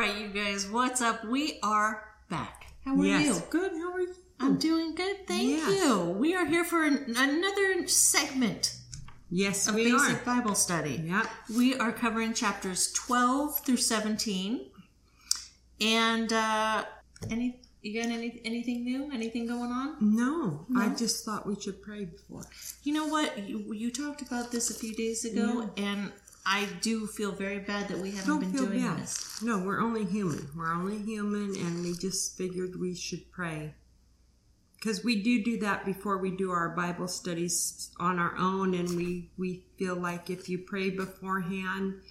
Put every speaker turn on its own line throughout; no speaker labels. guys, what's up? We are back. How are
yes.
you?
Good. How are you?
I'm doing good, thank
Yes.
you. We are here for an, another segment
Yes,
of
we
basic
are.
Bible study.
Yep.
We are covering chapters 12 through 17. And uh any you got any anything new? Anything going on?
No, I just thought we should pray before.
You know what? You, you talked about this a few days ago and I do feel very bad that we haven't
Don't
been
feel
doing
bad.
this.
No, we're only human. We're only human, and we just figured we should pray. Because we do do that before we do our Bible studies on our own, and we, we feel like if you pray beforehand,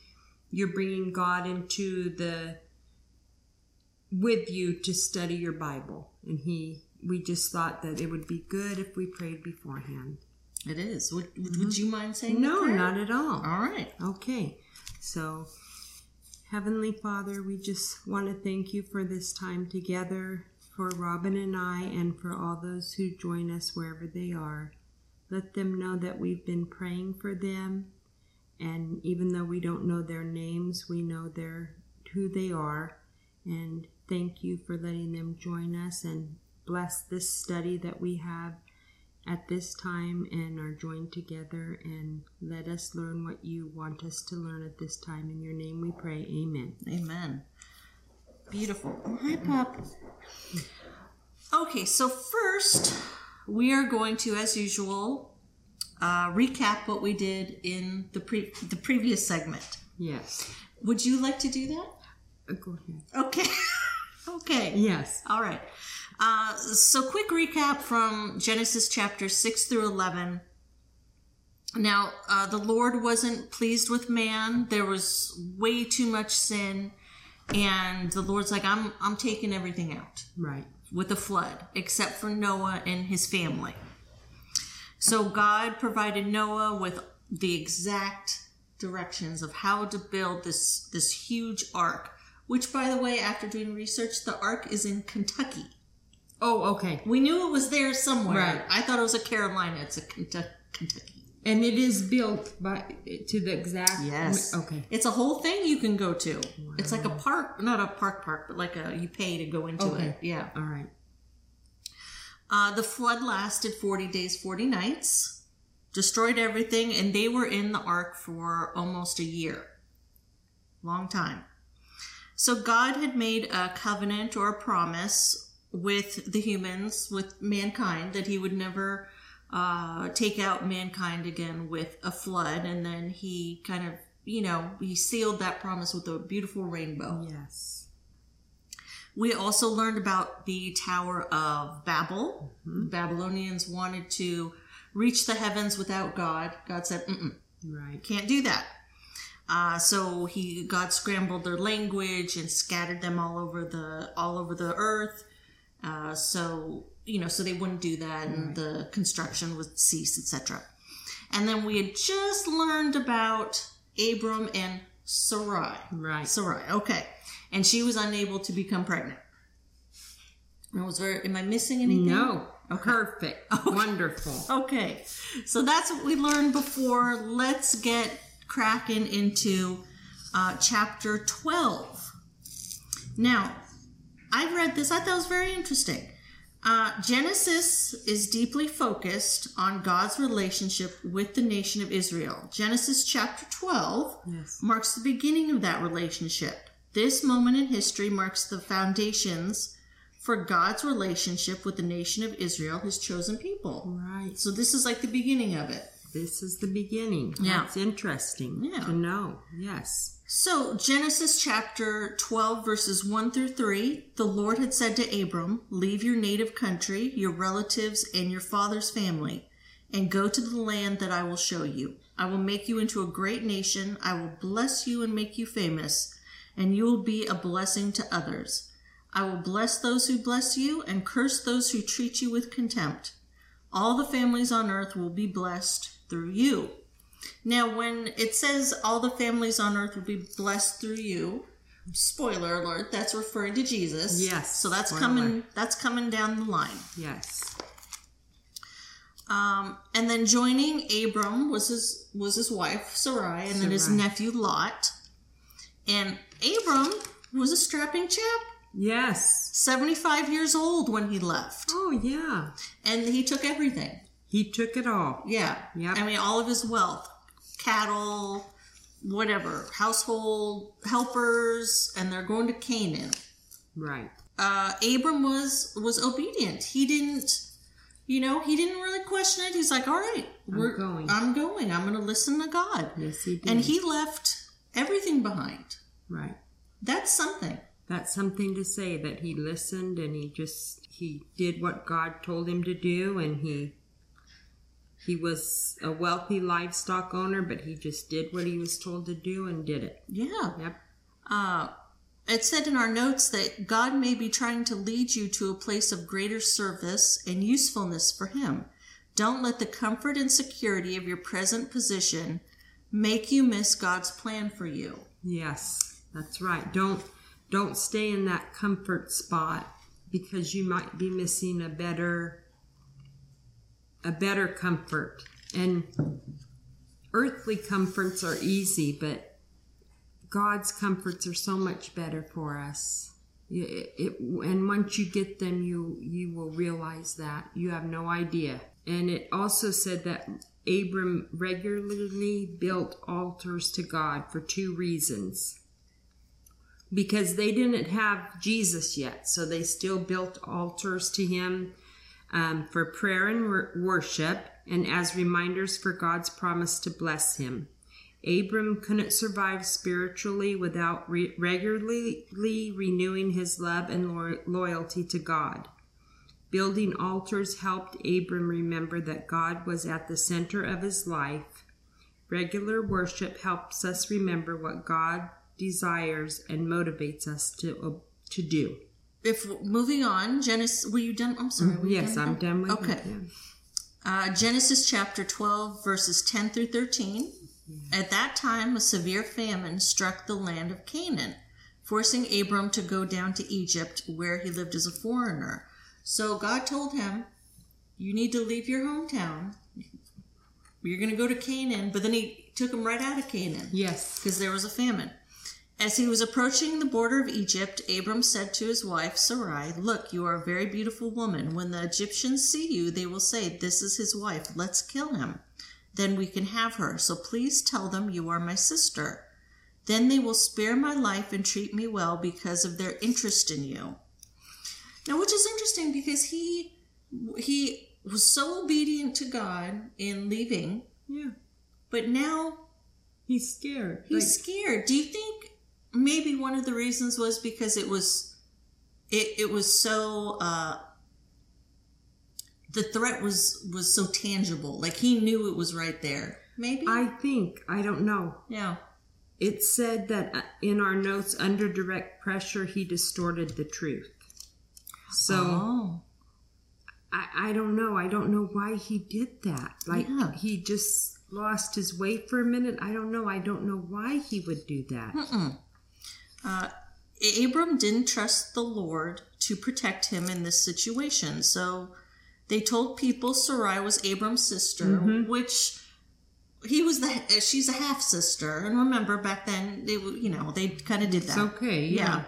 you're bringing God into the with you to study your Bible, and He we just thought that it would be good if we prayed beforehand.
It is. Would, would you mind saying the
No,
prayer?
not at all.
All right.
Okay, so Heavenly Father, we just want to thank you for this time together, for Robin and I, and for all those who join us wherever they are. Let them know that we've been praying for them, and even though we don't know their names, we know their who they are. And thank you for letting them join us and bless this study that we have at this time and are joined together and let us learn what you want us to learn at this time. In your name we pray. Amen.
Amen. Beautiful. Hi, Pop. Okay, so first, we are going to, as usual, uh, recap what we did in the pre- the previous segment.
Yes.
Would you like to do that?
Uh, Go ahead.
Okay. okay.
Yes.
All right. Uh, so, quick recap from Genesis chapter 6 through 11. Now, uh, the Lord wasn't pleased with man. There was way too much sin. And the Lord's like, I'm, I'm taking everything out
Right.
with the flood, except for Noah and his family. So God provided Noah with the exact directions of how to build this this huge ark, which by the way, after doing research, the ark is in Kentucky.
Oh, okay.
We knew it was there somewhere.
Right.
I thought it was a Carolina, it's a Kentucky. Kentucky.
And it is built by to the exact Okay.
Okay. It's a whole thing you can go to. It's like a park, not a park park, but like a you pay to go into
Okay.
it. Yeah.
All right.
Uh, the flood lasted 40 days, 40 nights, destroyed everything, and they were in the ark for almost a year. Long time. So God had made a covenant or a promise with the humans, with mankind, that he would never uh, take out mankind again with a flood. And then he kind of, you know, he sealed that promise with a beautiful rainbow.
Yes.
We also learned about the Tower of Babel. The Babylonians wanted to reach the heavens without God. God said, Mm-mm,
Right.
can't do that. Uh, so he God scrambled their language and scattered them all over the all over the earth. Uh, so you know, so they wouldn't do that, and the construction would cease, etc. And then we had just learned about Abram and Sarai.
Right.
Sarai, okay. And she was unable to become pregnant. And was very, am I missing anything?
No. Perfect. Wonderful.
Okay. So that's what we learned before. Let's get cracking into uh, chapter 12. Now, I read this, I thought it was very interesting. Uh, Genesis is deeply focused on God's relationship with the nation of Israel. Genesis chapter 12
Yes.
marks the beginning of that relationship. This moment in history marks the foundations for God's relationship with the nation of Israel, his chosen people.
Right.
So this is like the beginning of it.
This is the beginning.
Yeah.
That's interesting
Yeah.
to know. Yes.
So Genesis chapter 12 verses 1 through 3, the Lord had said to Abram, "Leave your native country, your relatives and your father's family, and go to the land that I will show you. I will make you into a great nation. I will bless you and make you famous, and you will be a blessing to others. I will bless those who bless you and curse those who treat you with contempt. All the families on earth will be blessed through you." Now, when it says all the families on earth will be blessed through you, spoiler alert, that's referring to Jesus.
Yes,
So that's
spoiler.
coming. That's coming down the line.
Yes.
Um, and then joining Abram was his was his wife Sarai, and then his
Sarai.
nephew Lot. And Abram was a strapping chap,
Yes.
75 years old when he left,
Oh, yeah.
and he took everything.
He took it all.
Yeah.
Yep.
I mean, all of his wealth, cattle, whatever, household helpers, and they're going to Canaan.
Right.
Uh, Abram was was obedient. He didn't, you know, he didn't really question it. He's like, all right,
I'm
we're
going."
I'm going. I'm going to listen to God.
Yes, he did.
And he left everything behind.
Right.
That's something.
That's something to say that he listened and he just he did what God told him to do and he he was a wealthy livestock owner but he just did what he was told to do and did it.
Yeah.
Yep.
Uh, it said in our notes that God may be trying to lead you to a place of greater service and usefulness for Him. Don't let the comfort and security of your present position make you miss God's plan for you.
Yes, that's right. Don't don't stay in that comfort spot because you might be missing a better a better comfort. And earthly comforts are easy, but God's comforts are so much better for us. You- It, it, and once you get them, you you will realize that you have no idea. And it also said that Abram regularly built altars to God for two reasons. Because they didn't have Jesus yet, so they still built altars to him um, for prayer and wor- worship, and as reminders for God's promise to bless him. Abram couldn't survive spiritually without re- regularly renewing his love and lo- loyalty to God. Building altars helped Abram remember that God was at the center of his life. Regular worship helps us remember what God desires and motivates us to, uh, to do.
If moving on, Genesis, were you done? I'm sorry. were you
Yes,
done?
I'm done with
Okay.
that. yeah.
Uh, Genesis chapter 12, verses 10 through 13. At that time, a severe famine struck the land of Canaan, forcing Abram to go down to Egypt, where he lived as a foreigner. So God told him, You need to leave your hometown. You're going to go to Canaan. But then he took him right out of Canaan
Yes.
because there was a famine. As he was approaching the border of Egypt, Abram said to his wife Sarai, Look, you are a very beautiful woman. When the Egyptians see you, they will say, 'This is his wife. Let's kill him. Then we can have her. So please tell them you are my sister. Then they will spare my life and treat me well because of their interest in you. Now, which is interesting because he he was so obedient to God in leaving,
Yeah.
but now
He's scared.
He's scared. Do you think maybe one of the reasons was because it was it it was so uh the threat was was so tangible. Like he knew it was right there. Maybe.
Like, I think, I don't know.
yeah.
It said that uh, in our notes, under direct pressure, he distorted the truth. So.
oh.
I, I don't know. I don't know why he did that. Like
Yeah.
he just lost his way for a minute. I don't know. I don't know why he would do that.
Mm-mm. Uh, Abram didn't trust the Lord to protect him in this situation. So they told people Sarai was Abram's sister,
Mhm.
which he was the uh, she's a half sister. And remember back then they w- you know they kind of did that.
It's okay.
yeah.
Yeah.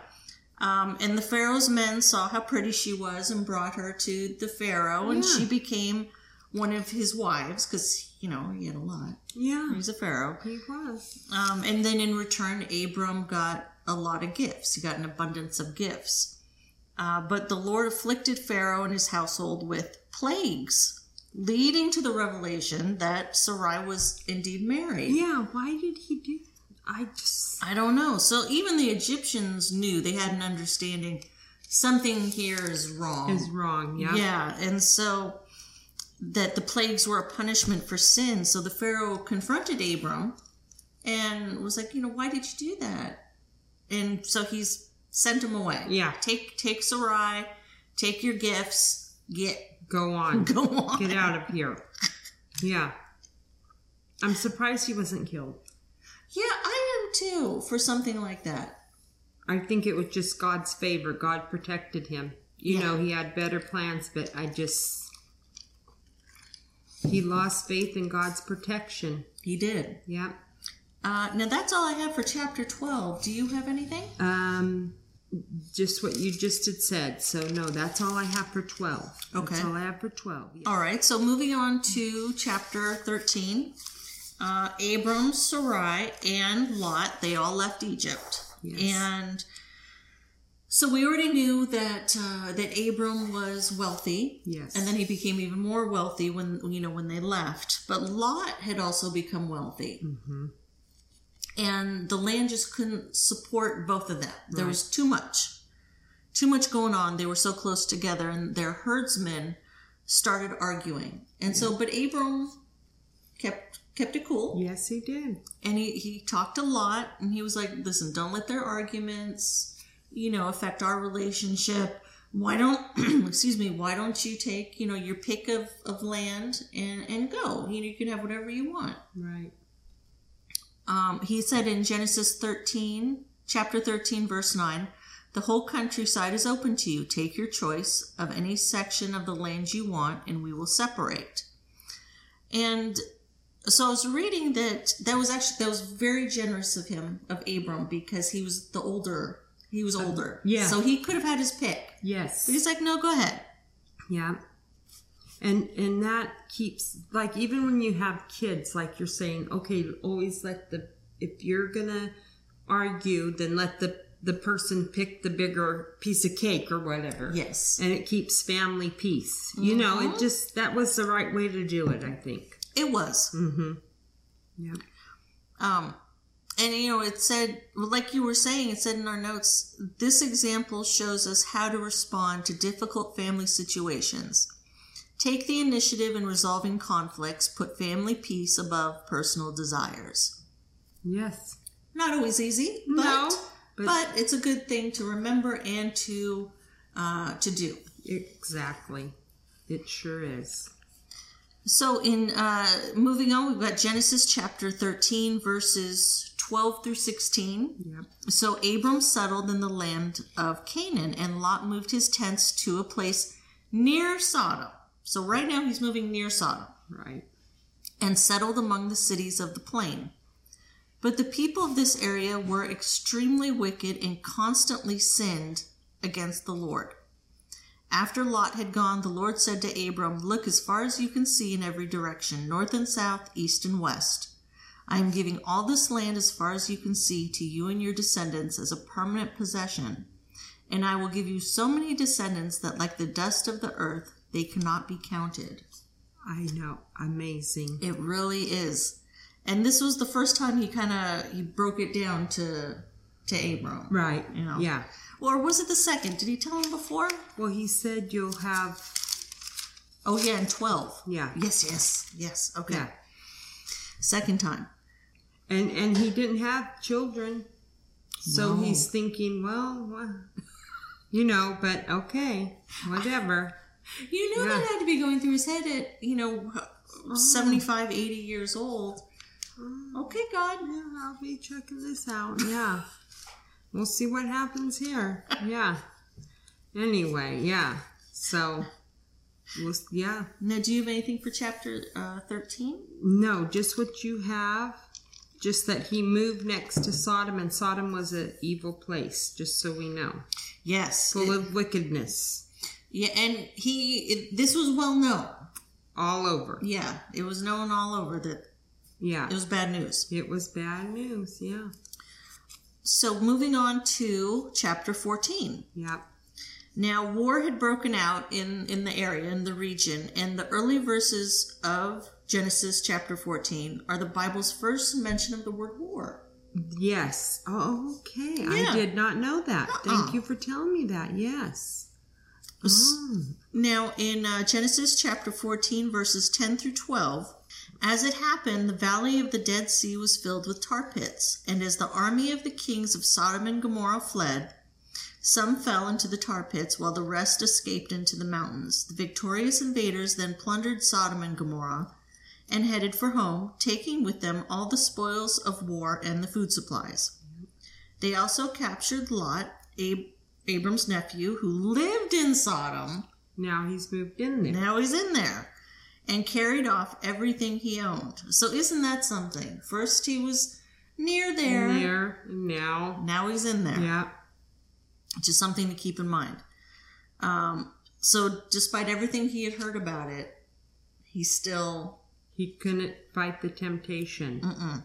Um, and the Pharaoh's men saw how pretty she was and brought her to the Pharaoh, and
Yeah.
she became one of his wives because you know he had a lot.
Yeah.
He was a Pharaoh.
He was.
Um, and then in return, Abram got a lot of gifts. He got an abundance of gifts. Uh, but the Lord afflicted Pharaoh and his household with plagues, leading to the revelation that Sarai was indeed married.
Yeah. Why did he do? I just.
I don't know. So even the Egyptians knew they had an understanding something here is wrong.
Is wrong. Oh. Yeah.
Yeah, and so that the plagues were a punishment for sin. So the Pharaoh confronted Abram and was like, you know, why did you do that? And so he's sent him away.
Yeah.
Take take Sarai, take your gifts, get
Go on.
go on.
Get out of here. Yeah. I'm surprised he wasn't killed.
Yeah, I am too for something like that.
I think it was just God's favor. God protected him. You
Yeah.
know, he had better plans, but I just. He lost faith in God's protection.
He did.
Yep.
Uh, now that's all I have for chapter twelve. Do you have anything?
Um, just what you just had said. So no, that's all I have for twelve.
Okay.
That's all I have for twelve. Yeah.
All right, so moving on to chapter 13. Uh, Abram, Sarai, and Lot, they all left Egypt.
Yes.
And so we already knew that uh, that Abram was wealthy.
Yes.
And then he became even more wealthy when you know when they left. But Lot had also become wealthy. And the land just couldn't support both of them. There was too much. Too much going on. They were so close together and their herdsmen started arguing. And so but Abram kept kept it cool
Yes, he did.
and he, he talked a lot and he was like listen don't let their arguments you know affect our relationship why don't excuse me why don't you take you know your pick of, of land and and go you know you can have whatever you want
Right.
um, he said in genesis 13 chapter 13 verse 9 the whole countryside is open to you take your choice of any section of the land you want and we will separate and so I was reading that that was actually that was very generous of him of Abram because he was the older he was older
yeah.
so he could have had his pick
Yes.
but he's like no go ahead
Yeah. And and that keeps like even when you have kids, like you're saying, okay, always let the if you're gonna argue, then let the the person pick the bigger piece of cake or whatever.
yes
And it keeps family peace. You know, it just that was the right way to do it, I think.
it was
Mm-hmm. Yeah.
Um, and you know, it said, like you were saying, it said in our notes, this example shows us how to respond to difficult family situations. Take the initiative in resolving conflicts, put family peace above personal desires.
Yes.
Not always easy, but,
No,
but,
but-
it's a good thing to remember and to uh, to do.
Exactly. It sure is.
So, in uh, moving on, we've got Genesis chapter 13, verses 12 through 16.
Yep.
So Abram settled in the land of Canaan, and Lot moved his tents to a place near Sodom. So right now he's moving near Sodom
Right.
and settled among the cities of the plain. But the people of this area were extremely wicked and constantly sinned against the Lord. After Lot had gone, the Lord said to Abram, Look as far as you can see in every direction, north and south, east and west. I am giving all this land as far as you can see to you and your descendants as a permanent possession. And I will give you so many descendants that, like the dust of the earth, they cannot be counted.
I know. Amazing.
It really is. And this was the first time he kind of he broke it down to to Abram.
Right.
You know.
Yeah.
Or was it the second? Did he tell him before?
Well, he said you'll have
Oh yeah, in 12.
Yeah.
Yes, yes. Yes. Okay.
yeah.
Second time.
and and he didn't have children so
No.
he's thinking well wha- you know but okay whatever
You know
Yeah.
that had to be going through his head at, you know, 75, 80 years old. Okay, God.
yeah, i'll be checking this out yeah we'll see what happens here yeah anyway yeah so we'll, s- yeah
Now, do you have anything for chapter uh, 13?
no just what you have just that he moved next to sodom and sodom was an evil place just so we know
Yes.
full of wickedness
yeah, and he it, this was well known.
all over
Yeah, it was known all over that
yeah
it was bad news.
It was bad news, yeah.
So moving on to chapter 14.
Yep.
Now war had broken out in in the area in the region and the early verses of Genesis chapter 14 are the Bible's first mention of the word war.
Yes. Oh, okay.
Yeah.
I did not know that.
Uh-uh.
Thank you for telling me that. Yes.
S-
Mm.
Now in uh, Genesis chapter 14 verses 10 through 12 as it happened, the valley of the Dead Sea was filled with tar pits, and as the army of the kings of Sodom and Gomorrah fled, Some fell into the tar pits, while the rest escaped into the mountains. The victorious invaders then plundered Sodom and Gomorrah and headed for home, taking with them all the spoils of war and the food supplies. They also captured Lot, Ab- Abram's nephew, who lived in Sodom.
Now he's moved in there.
Now he's in there and carried off everything he owned. So, isn't that something? First, he was near there.
In there. and Now.
Now he's in there.
Yeah.
Just something to keep in mind. Um, so, despite everything he had heard about it, he still.
He couldn't fight the temptation.
Mm-mm.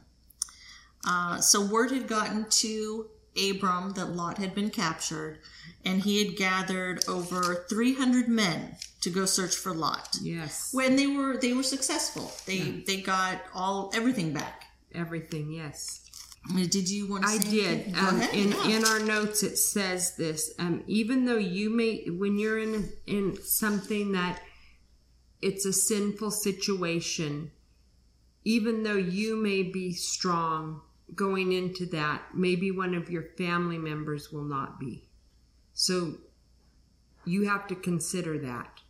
Uh, so, word had gotten to Abram that Lot had been captured, and he had gathered over 300 men to go search for Lot.
Yes.
When they were they were successful, they they got all everything back.
Everything, yes.
Did you want to?
I
say anything?
did.
Go
Um,
ahead,
in,
yeah.
in our notes, it says this. Um, even though you may, when you're in in something that it's a sinful situation, even though you may be strong going into that, maybe one of your family members will not be. So you have to consider that.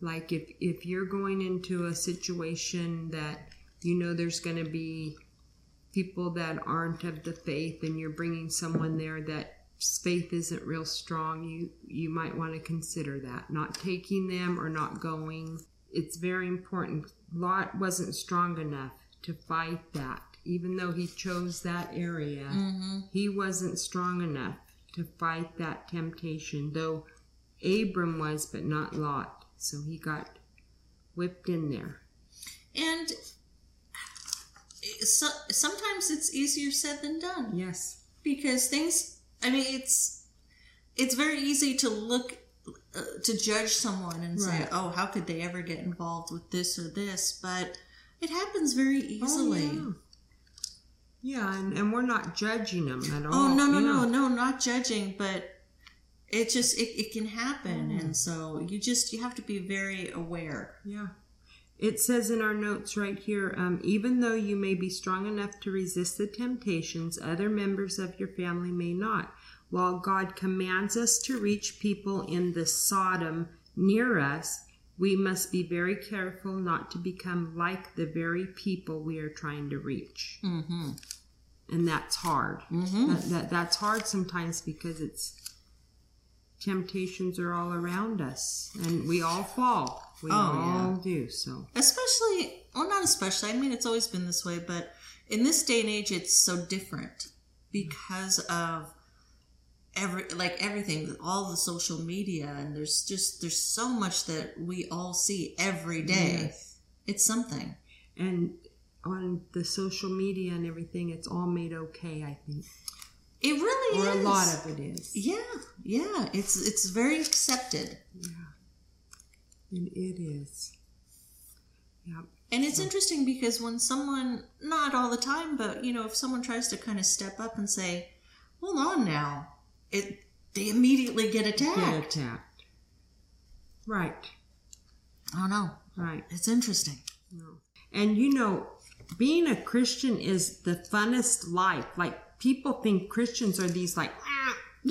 Like if if you're going into a situation that you know there's going to be people that aren't of the faith and you're bringing someone there that faith isn't real strong you you might want to consider that not taking them or not going it's very important lot wasn't strong enough to fight that even though he chose that area
Mm-hmm.
he wasn't strong enough to fight that temptation though abram was but not lot so he got whipped in there
And so, sometimes it's easier said than done
yes
because things. I mean, it's it's very easy to look uh, to judge someone and say,
Right.
"Oh, how could they ever get involved with this or this?" But it happens very easily.
Oh, yeah, yeah and, and we're not judging them at all.
Oh, no, no, no,
yeah.
no, not judging, but it just it, it can happen,
Hmm.
and so you just you have to be very aware.
Yeah. It says in our notes right here um, even though you may be strong enough to resist the temptations, other members of your family may not. While God commands us to reach people in the Sodom near us, we must be very careful not to become like the very people we are trying to reach.
Mm-hmm.
and that's hard.
Mhm.
That, that that's hard sometimes because it's temptations are all around us, and we all fall. We
Oh,
all do. So
Especially, well, not especially. I mean, it's always been this way, but in this day and age, it's so different because of every like everything, all the social media, and there's just there's so much that we all see every day.
Yes.
It's something.
and on the social media and everything, it's all made okay. I think,
It really
or
is.
a lot of it is.
Yeah, yeah. It's it's very accepted.
And it is. Yeah.
And
Hmm.
it's interesting because when someone, not all the time, but you know, if someone tries to kind of step up and say, "Hold on now," it they immediately get attacked.
Get attacked. Right.
I don't know.
Right.
It's interesting.
And you know, being a Christian is the funnest life. Like people think Christians are these like, "Ah."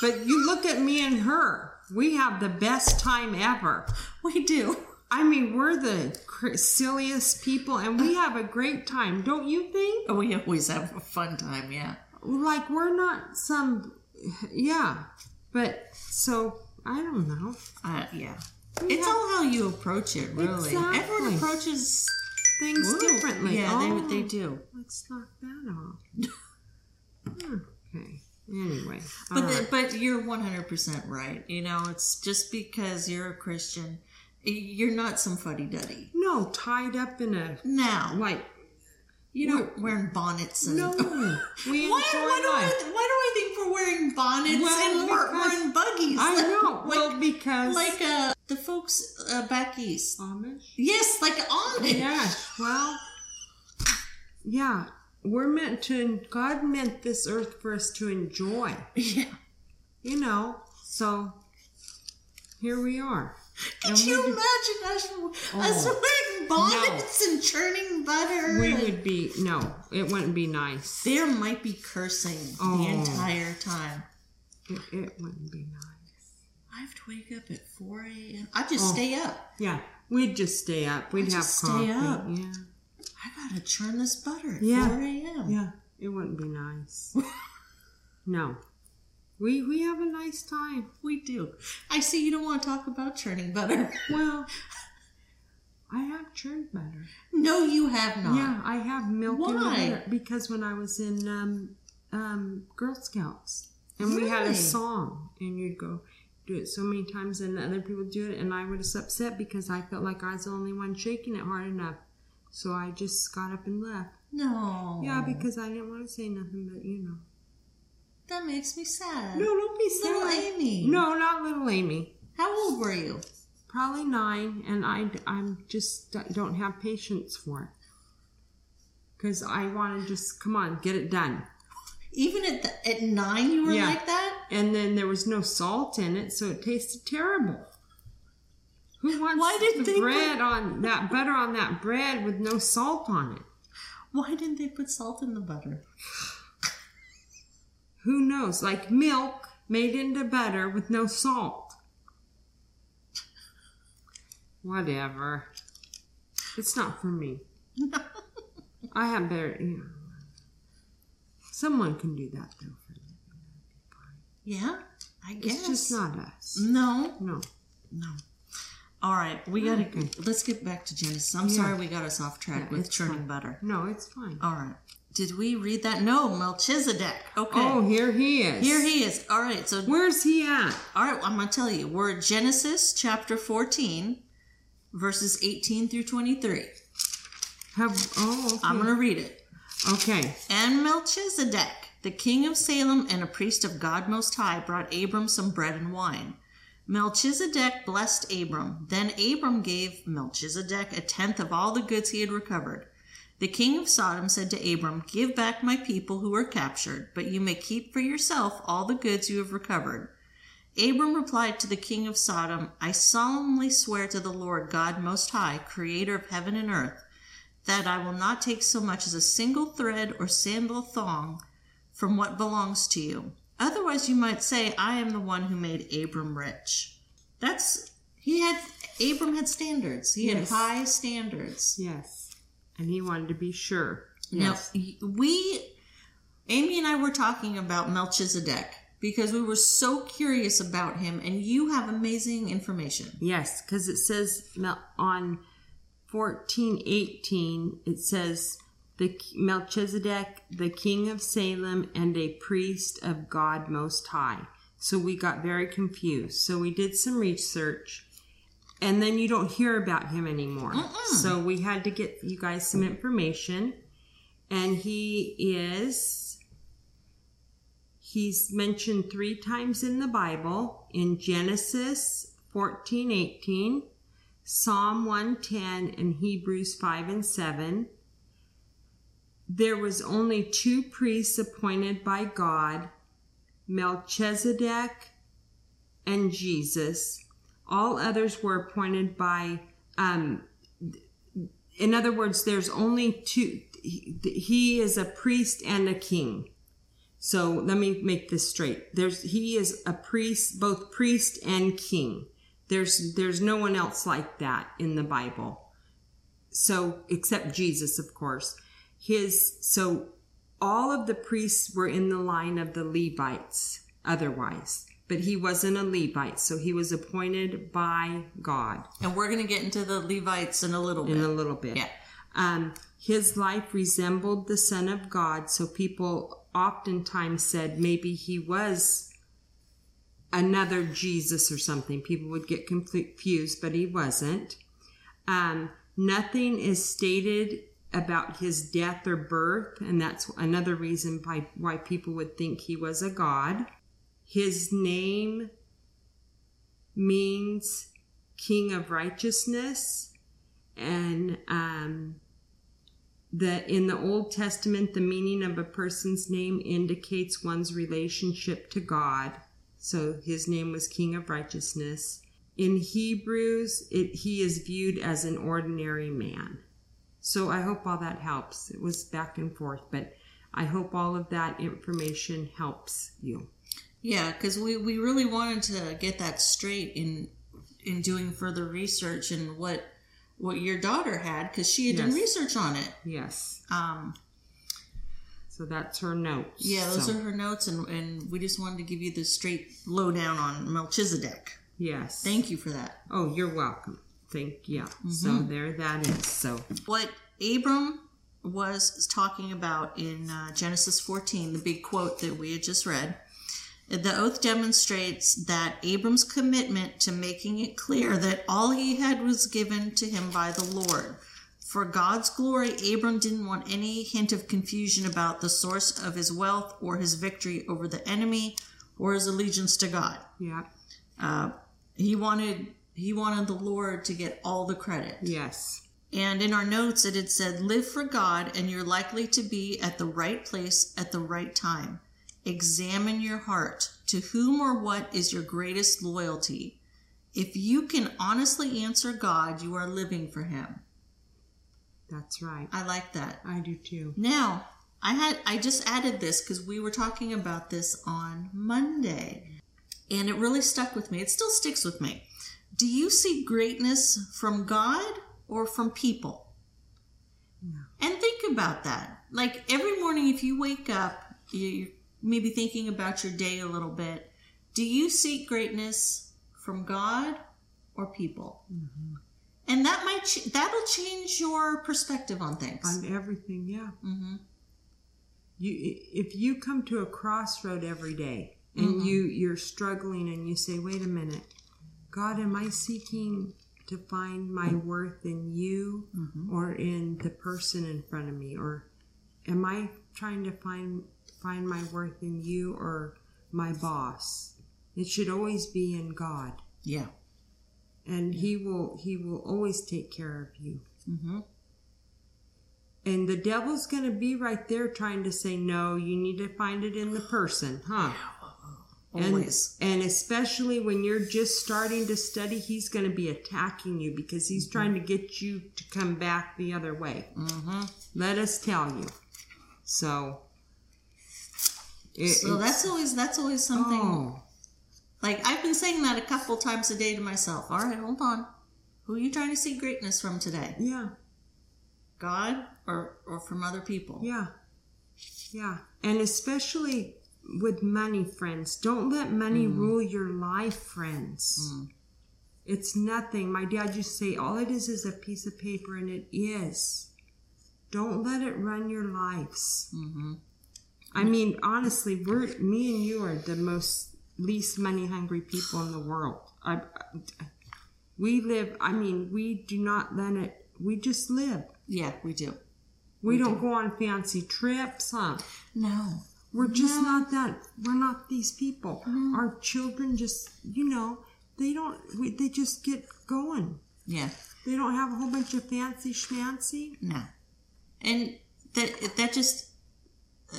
but you look at me and her. We have the best time ever.
We do.
I mean, we're the cr- silliest people, and we have a great time, don't you think?
We always have a fun time. Yeah.
Like we're not some, yeah. But so I don't know.
Uh, yeah. It's all how you approach it, really. Everyone
Exactly.
approaches
Things
Ooh,
differently.
Yeah,
Oh.
they, they do.
Let's knock that off. okay. Anyway.
But
all
the,
right.
but you're 100% right. You know, it's just because you're a Christian, you're not some fuddy duddy.
no, tied up in a
Now,
like.
You know, wearing bonnets and
No, we enjoy
Why, why, do
life.
I, why do I think we're wearing bonnets
Well,
and we're,
because-
we're in buggies?
I know.
like,
well, because
like uh, the folks uh, back east.
Amish.
Yes, like on it.
Yes. Well. Yeah, we're meant to. God meant this earth for us to enjoy.
Yeah.
You know. So here we are.
Could
And we
you
do-
imagine us, us
Oh.
wearing bonnets and churning butter?
We
and-
would be no. It wouldn't be nice.
There might be cursing
Oh.
the entire time.
It, it wouldn't be nice.
I have to wake up at 4 a.m. I just
Oh.
stay up.
Yeah, we'd just stay up. We'd
We'd
have
just stay
coffee.
up.
Yeah.
I gotta churn this butter at
Yeah.
4 a.m.
Yeah, it wouldn't be nice. no. We we have a nice time.
We do. I see you don't want to talk about churning butter.
Well, I have churned butter.
No, you have not.
Yeah, I have milk
Why?
and butter because when I was in um, um, Girl Scouts, And we had a
Really?
song, and you'd go do it so many times, and other people do it, and I was upset because I felt like I was the only one shaking it hard enough. So I just got up and left.
No.
Yeah, because I didn't want to say nothing, but you know.
that makes me sad.
No, don't be sad.
Little Amy.
No, not little Amy.
How old were you?
Probably nine, and I I'm just don't have patience for it. Because I want to just come on, get it done.
Even at the, at nine, you were
Yeah.
like that.
And then there was no salt in it, so it tasted terrible. Who wants
Why did
the
they
bread on that butter on that bread with no salt on it?
Why didn't they put salt in the butter?
Who knows? Like milk made into butter with no salt. Whatever. It's not for me. I have better. You know. Someone can do that though. For me.
Yeah, I guess.
It's just not us.
No,
No.
no. All right, we gotta
Okay.
let's get back to Genesis. I'm
Yeah.
sorry we got us off track
Yeah,
with
it's
churning
fine.
butter.
No, it's fine.
All right, did we read that? No, Melchizedek. Okay,
Oh, here he is.
here he is. All right, so
Where's he at?
all right, I'm gonna tell you. We're at Genesis chapter 14, verses 18 through 23.
Have oh okay.
I'm gonna read it.
okay.
And Melchizedek, the king of Salem and a priest of God Most High, brought Abram some bread and wine. Melchizedek blessed Abram. Then Abram gave Melchizedek a tenth of all the goods he had recovered. The king of Sodom said to Abram, Give back my people who are captured, but you may keep for yourself all the goods you have recovered. Abram replied to the king of Sodom, I solemnly swear to the Lord God Most High, creator of heaven and earth, that I will not take so much as a single thread or sandal thong from what belongs to you. Otherwise, you might say, I am the one who made Abram rich. That's, he had, Abram had standards. He
Yes.
had high standards.
Yes. And he wanted to be sure.
Now, y- we, Amy and I were talking about Melchizedek because we were so curious about him, and you have amazing information.
Yes, because it says Mel- on fourteen eighteen. It says the K- Melchizedek, the king of Salem, and a priest of God Most High. So we got very confused. So we did some research, and then you don't hear about him anymore. So we had to get you guys some information, and he is. He's mentioned three times in the Bible in Genesis 14 18, Psalm 110, and Hebrews 5 and 7. There was only two priests appointed by God Melchizedek and Jesus. All others were appointed by, um, in other words, there's only two. He, he is a priest and a king. So let me make this straight. There's he is a priest, both priest and king. There's there's no one else like that in the Bible. So except Jesus, of course. His so all of the priests were in the line of the Levites otherwise, but he wasn't a Levite, so he was appointed by God
And we're going to get into the Levites in a little
in a
bit.
little bit.
Yeah.
Um, his life resembled the Son of God, so people oftentimes said maybe he was another Jesus or something. People would get confused, but he wasn't. Um, nothing is stated about his death or birth, and that's another reason by, why people would think he was a god. His name means King of Righteousness and um, the in the Old Testament, the meaning of a person's name indicates one's relationship to God. So his name was King of Righteousness. In Hebrews, it, he is viewed as an ordinary man. So I hope all that helps. It was back and forth, but I hope all of that information helps you.
Yeah, because we, we really wanted to get that straight in in doing further research and what what your daughter had because she had done
Yes.
research on it.
Yes.
Um,
So that's her notes.
yeah, those
So,
are her notes, and, and we just wanted to give you the straight lowdown on Melchizedek.
yes.
Thank you for that.
Oh, you're welcome. Thank yeah. So
Mm-hmm.
there that is. So
what Abram was talking about in uh, Genesis 14, the big quote that we had just read, The oath demonstrates that Abram's commitment to making it clear that all he had was given to him by the Lord. For God's glory, Abram didn't want any hint of confusion about the source of his wealth or his victory over the enemy or his allegiance to God.
Yeah.
Uh, he wanted he wanted the Lord to get all the credit.
Yes.
And in our notes, it had said, Live for God, and you're likely to be at the right place at the right time. Examine your heart. To whom or what is your greatest loyalty? If you can honestly answer God, you are living for Him.
That's right.
I like that.
I do too.
Now, I had I just added this because we were talking about this on Monday, and it really stuck with me. It still sticks with me. Do you see greatness from God or from people?
No.
And think about that. Like every morning, if you wake up, you're maybe thinking about your day a little bit. Do you seek greatness from God or people?
Mm-hmm.
And that might ch- that'll change your perspective on things.
On everything, yeah.
hmm
You if you come to a crossroad every day and you you're struggling and you say, "Wait a minute. God, am I seeking to find my worth in you or in the person in front of me or am I trying to find find my worth in you or my boss?" It should always be in God.
Yeah.
and he will he will always take care of you
Mhm.
and the devil's going to be right there trying to say no you need to find it in the person huh and,
Always.
and especially when you're just starting to study he's going to be attacking you because he's
Mm-hmm.
trying to get you to come back the other way
hmm
let us tell you so it-
So
it's-
that's always that's always something.
oh,
Like I've been saying that a couple times a day to myself. All right, hold on. Who are you trying to see greatness from today?
yeah
God or or from other people?
Yeah. Yeah. And especially with money, friends. Don't let money rule your life, friends. It's nothing. My dad used to say, all it is is a piece of paper, and it is. Don't let it run your lives.
Mm-hmm.
I mean, honestly, we're me and you are the most least money hungry people in the world. I, I- we live. I mean, we do not let it. We just live.
Yeah, we do.
We, don't go on fancy trips, huh?
No.
We're just not that. We're not these people.
Mm-hmm.
Our children just, you know, they don't. We, they just get going.
Yeah.
They don't have a whole bunch of fancy schmancy.
No. And that that just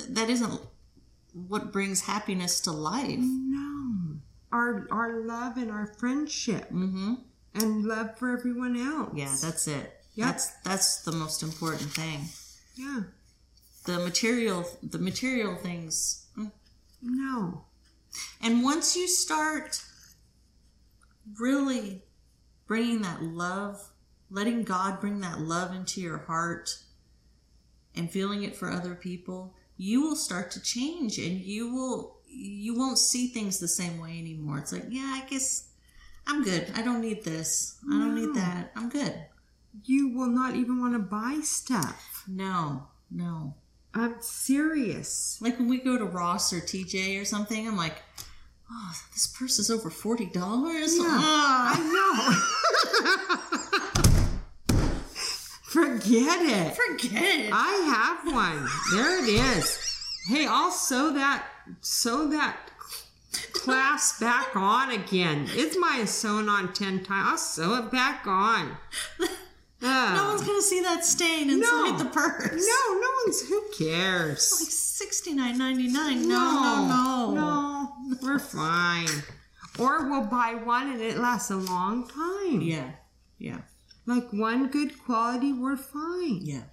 that isn't what brings happiness to life.
Mm-hmm. No, our our love and our friendship
Mm-hmm.
and love for everyone else.
Yeah, that's it.
Yep.
That's that's the most important thing.
yeah.
The material the material things.
Mm-hmm. No,
And once you start really bringing that love, letting God bring that love into your heart and feeling it for other people, you will start to change and you will you won't see things the same way anymore. It's like, yeah, I guess I'm good. I don't need this. I don't
No.
need that. I'm good.
you will not even want to buy stuff.
No. No.
I'm serious.
Like when we go to Ross or TJ or something, I'm like, oh, this purse is over forty dollars. Ah,
Yeah. I know. Forget it.
Forget
Ah.
it.
I have one. There it is. Hey, I'll sew that sew that clasp back on again. It's mine sewn on ten times. I'll sew it back on.
No
Ah.
one's gonna see that stain inside the purse.
no, no one's who
Like
cares.
sixty nine ninety nine. No, no, no.
No, we're fine. Or we'll buy one and it lasts a long time.
Yeah. Yeah.
Like one good quality, we're fine.
Yeah.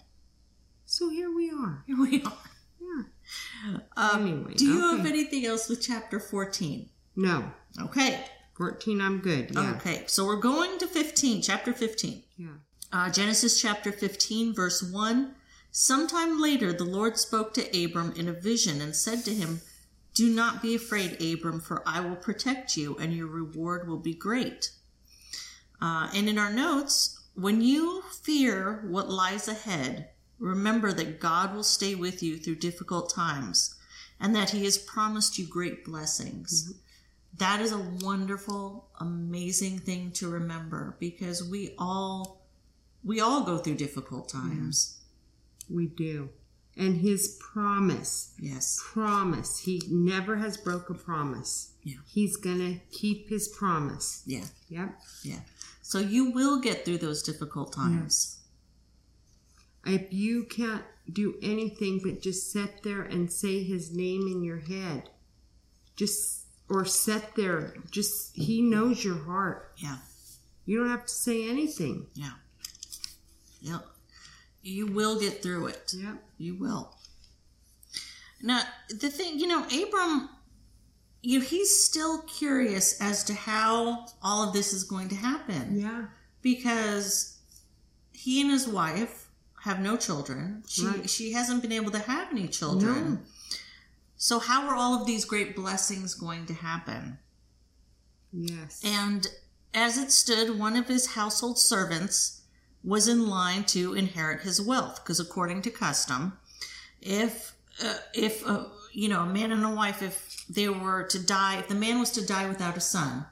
So here we are.
Here we are.
Yeah.
Um,
Anyway,
do you have
okay.
anything else with chapter fourteen?
No.
Okay.
Fourteen I'm good. Yeah.
Okay. So we're going to fifteen, chapter fifteen.
Yeah.
Uh, Genesis chapter 15, verse 1. Sometime later, the Lord spoke to Abram in a vision and said to him, Do not be afraid, Abram, for I will protect you, and your reward will be great. Uh, and in our notes, when you fear what lies ahead, remember that God will stay with you through difficult times. and that He has promised you great blessings. That is a wonderful, amazing thing to remember because we all we all go through difficult times.
We do. And his promise,
Yes.
promise, he never has broke a promise.
Yeah.
He's going to keep his promise.
Yeah.
Yep.
Yeah. So you will get through those difficult times.
If you can't do anything but just sit there and say his name in your head, just or sit there, just he knows your heart.
Yeah.
You don't have to say anything.
Yeah. Yep. You will get through it.
Yep.
You will. Now, the thing, you know, Abram, you he's still curious as to how all of this is going to happen
Yeah.
because he and his wife have no children. She
Right.
she hasn't been able to have any children.
No.
So how are all of these great blessings going to happen?
Yes.
And as it stood, one of his household servants was in line to inherit his wealth, because according to custom, if uh, if uh, you know a man and a wife, if they were to die, if the man was to die without a son,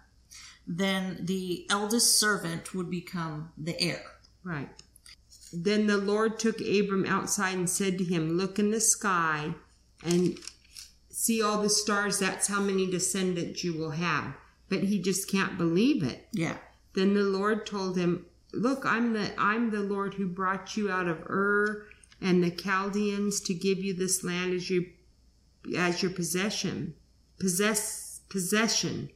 then the eldest servant would become the heir.
Right. Then the Lord took Abram outside and said to him, Look in the sky and see all the stars. That's how many descendants you will have. But he just can't believe it.
Yeah,
Then the Lord told him, Look, I'm the I'm the Lord who brought you out of Ur and the Chaldeans to give you this land as you as your possession. Possess possession.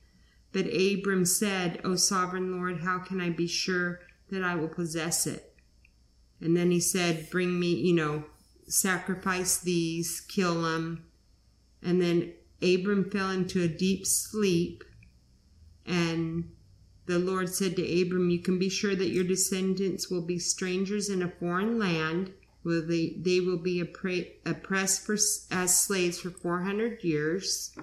But Abram said, O sovereign Lord, how can I be sure that I will possess it? And then he said, Bring me, you know, sacrifice these, kill them. And then Abram fell into a deep sleep. And the Lord said to Abram, You can be sure that your descendants will be strangers in a foreign land. Will they, they will be oppre- oppressed for, s- as slaves for 400 years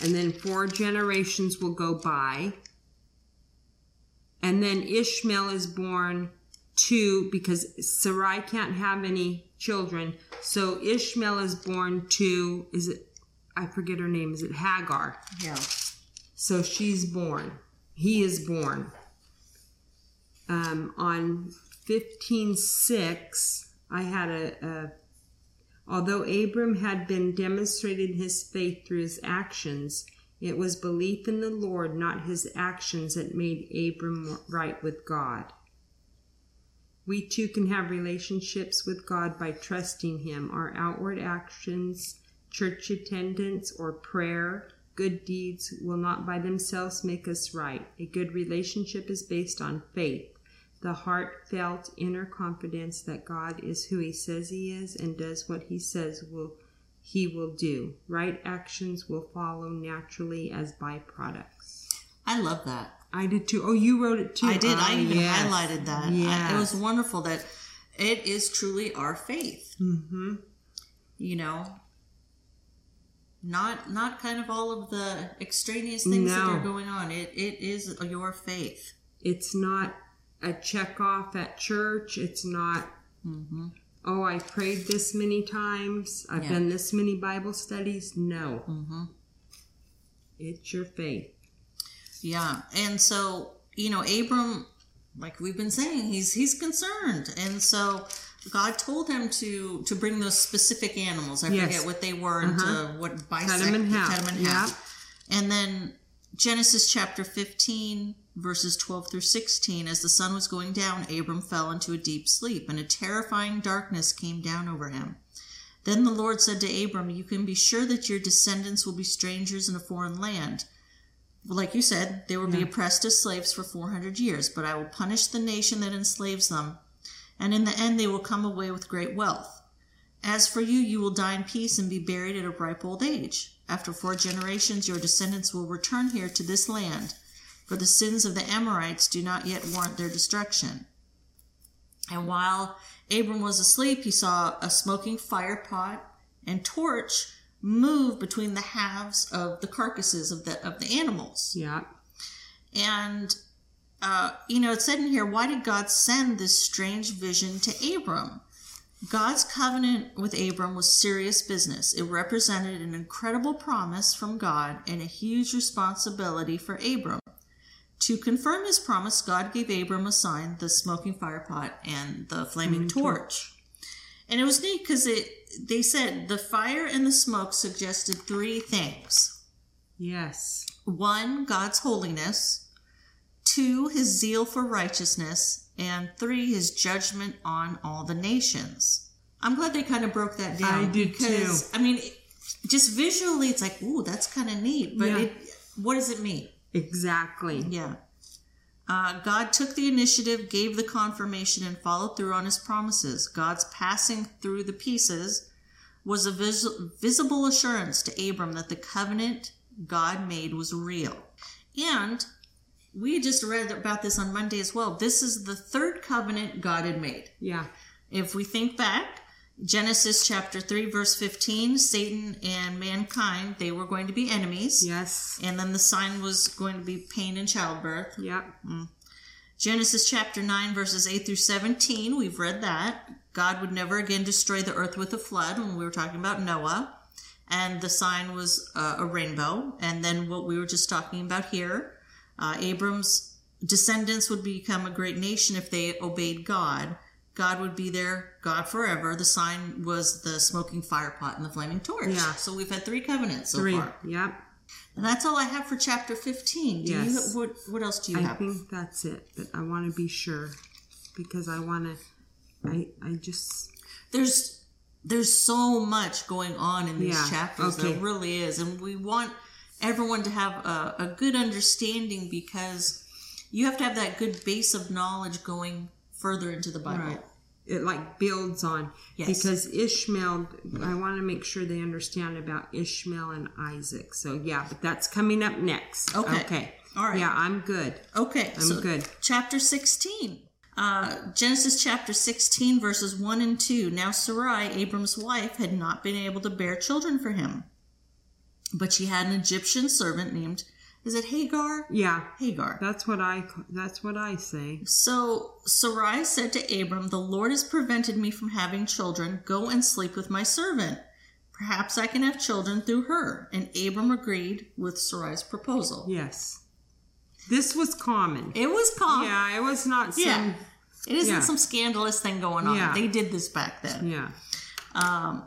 and then four generations will go by. And then Ishmael is born to, because Sarai can't have any children. So Ishmael is born to, is it, I forget her name, is it Hagar?
yeah,
So she's born. He is born. Um, on 15.6, I had a, a. Although Abram had been demonstrated his faith through his actions, it was belief in the Lord, not his actions, that made Abram right with God. We too can have relationships with God by trusting Him. Our outward actions, church attendance, or prayer, good deeds will not by themselves make us right. A good relationship is based on faith, the heartfelt inner confidence that God is who He says He is and does what He says will He will do. Right actions will follow naturally as byproducts.
I love that.
I did too. Oh, you wrote it too.
I did. I
Ah,
even
yes.
highlighted that. I-
Yes.
it was wonderful that it is truly our faith.
Mm-hmm.
you know not not kind of all of the extraneous things that
No.
are going on it it is your faith
It's not a check off at church. It's not,
hmm
oh, I prayed this many times. I've
Yeah.
done this many Bible studies. No,
hmm
it's your faith.
yeah and so you know abram like we've been saying he's he's concerned and so god told him to to bring those specific animals i
Yes.
forget what they were and
Uh-huh.
to what bisect
Cut 'em in half.
cut 'em in
Yeah.
half. and then genesis chapter 15 verses 12 through 16 as the sun was going down abram fell into a deep sleep and a terrifying darkness came down over him then the lord said to abram you can be sure that your descendants will be strangers in a foreign land like you said, they will be
Yeah.
oppressed as slaves for 400 years, but I will punish the nation that enslaves them, and in the end they will come away with great wealth. As for you, you will die in peace and be buried at a ripe old age. After four generations, your descendants will return here to this land, for the sins of the Amorites do not yet warrant their destruction. And while Abram was asleep, he saw a smoking fire pot and torch move between the halves of the carcasses of the of the animals.
Yeah.
And uh, you know, it said in here, why did God send this strange vision to Abram? God's covenant with Abram was serious business. It represented an incredible promise from God and a huge responsibility for Abram. To confirm his promise, God gave Abram a sign the smoking fire pot and the flaming
Flaming
torch. And it was neat because it they said the fire and the smoke suggested three things.
Yes.
One, God's holiness, two, his zeal for righteousness, and three, his judgment on all the nations. I'm glad they kind of broke that down.
I did
because, I mean, it- just visually, it's like, ooh, that's kind of neat. But
Yeah.
it, what does it mean?
Exactly.
Yeah. Uh, God took the initiative, gave the confirmation, and followed through on his promises. God's passing through the pieces was a vis- visible assurance to Abram that the covenant God made was real. And we just read about this on Monday as well. This is the third covenant God had made.
Yeah.
If we think back, Genesis chapter 3, verse 15, Satan and mankind, they were going to be enemies.
Yes.
And then the sign was going to be pain and childbirth.
Yep.
Genesis chapter 9, verses 8 through 17, we've read that. God would never again destroy the earth with a flood when we were talking about Noah. And the sign was uh, a rainbow. And then what we were just talking about here uh, Abram's descendants would become a great nation if they obeyed God. God would be their God forever. The sign was the smoking fire pot and the flaming torch.
Yeah.
So we've had three covenants so
Three.
far.
Yep.
And that's all I have for chapter 15. Do
Yes.
you what what else do you
I
have?
think that's it, but I want to be sure because I want to. I I just
There's there's so much going on in these
Yeah,
chapters.
okay.
There really is. And we want everyone to have a, a good understanding because you have to have that good base of knowledge going further into the Bible.
Right. it like builds on
Yes.
because Ishmael. I want to make sure they understand about Ishmael and Isaac. So yeah, but that's coming up next.
Okay.
Okay.
All right.
Yeah, I'm good.
Okay,
I'm good.
Chapter 16. Uh, Genesis chapter 16, verses 1 and 2. Now Sarai, Abram's wife, had not been able to bear children for him, but she had an Egyptian servant named, is it Hagar?
Yeah,
Hagar.
that's what I. That's what I say.
So Sarai said to Abram, The Lord has prevented me from having children. Go and sleep with my servant. Perhaps I can have children through her. And Abram agreed with Sarai's proposal.
Yes. This was common.
It was common.
yeah, it was not some.
Yeah. It isn't
Yeah.
some scandalous thing going on.
Yeah. Mm-hmm.
They did this back then. Um,
yeah.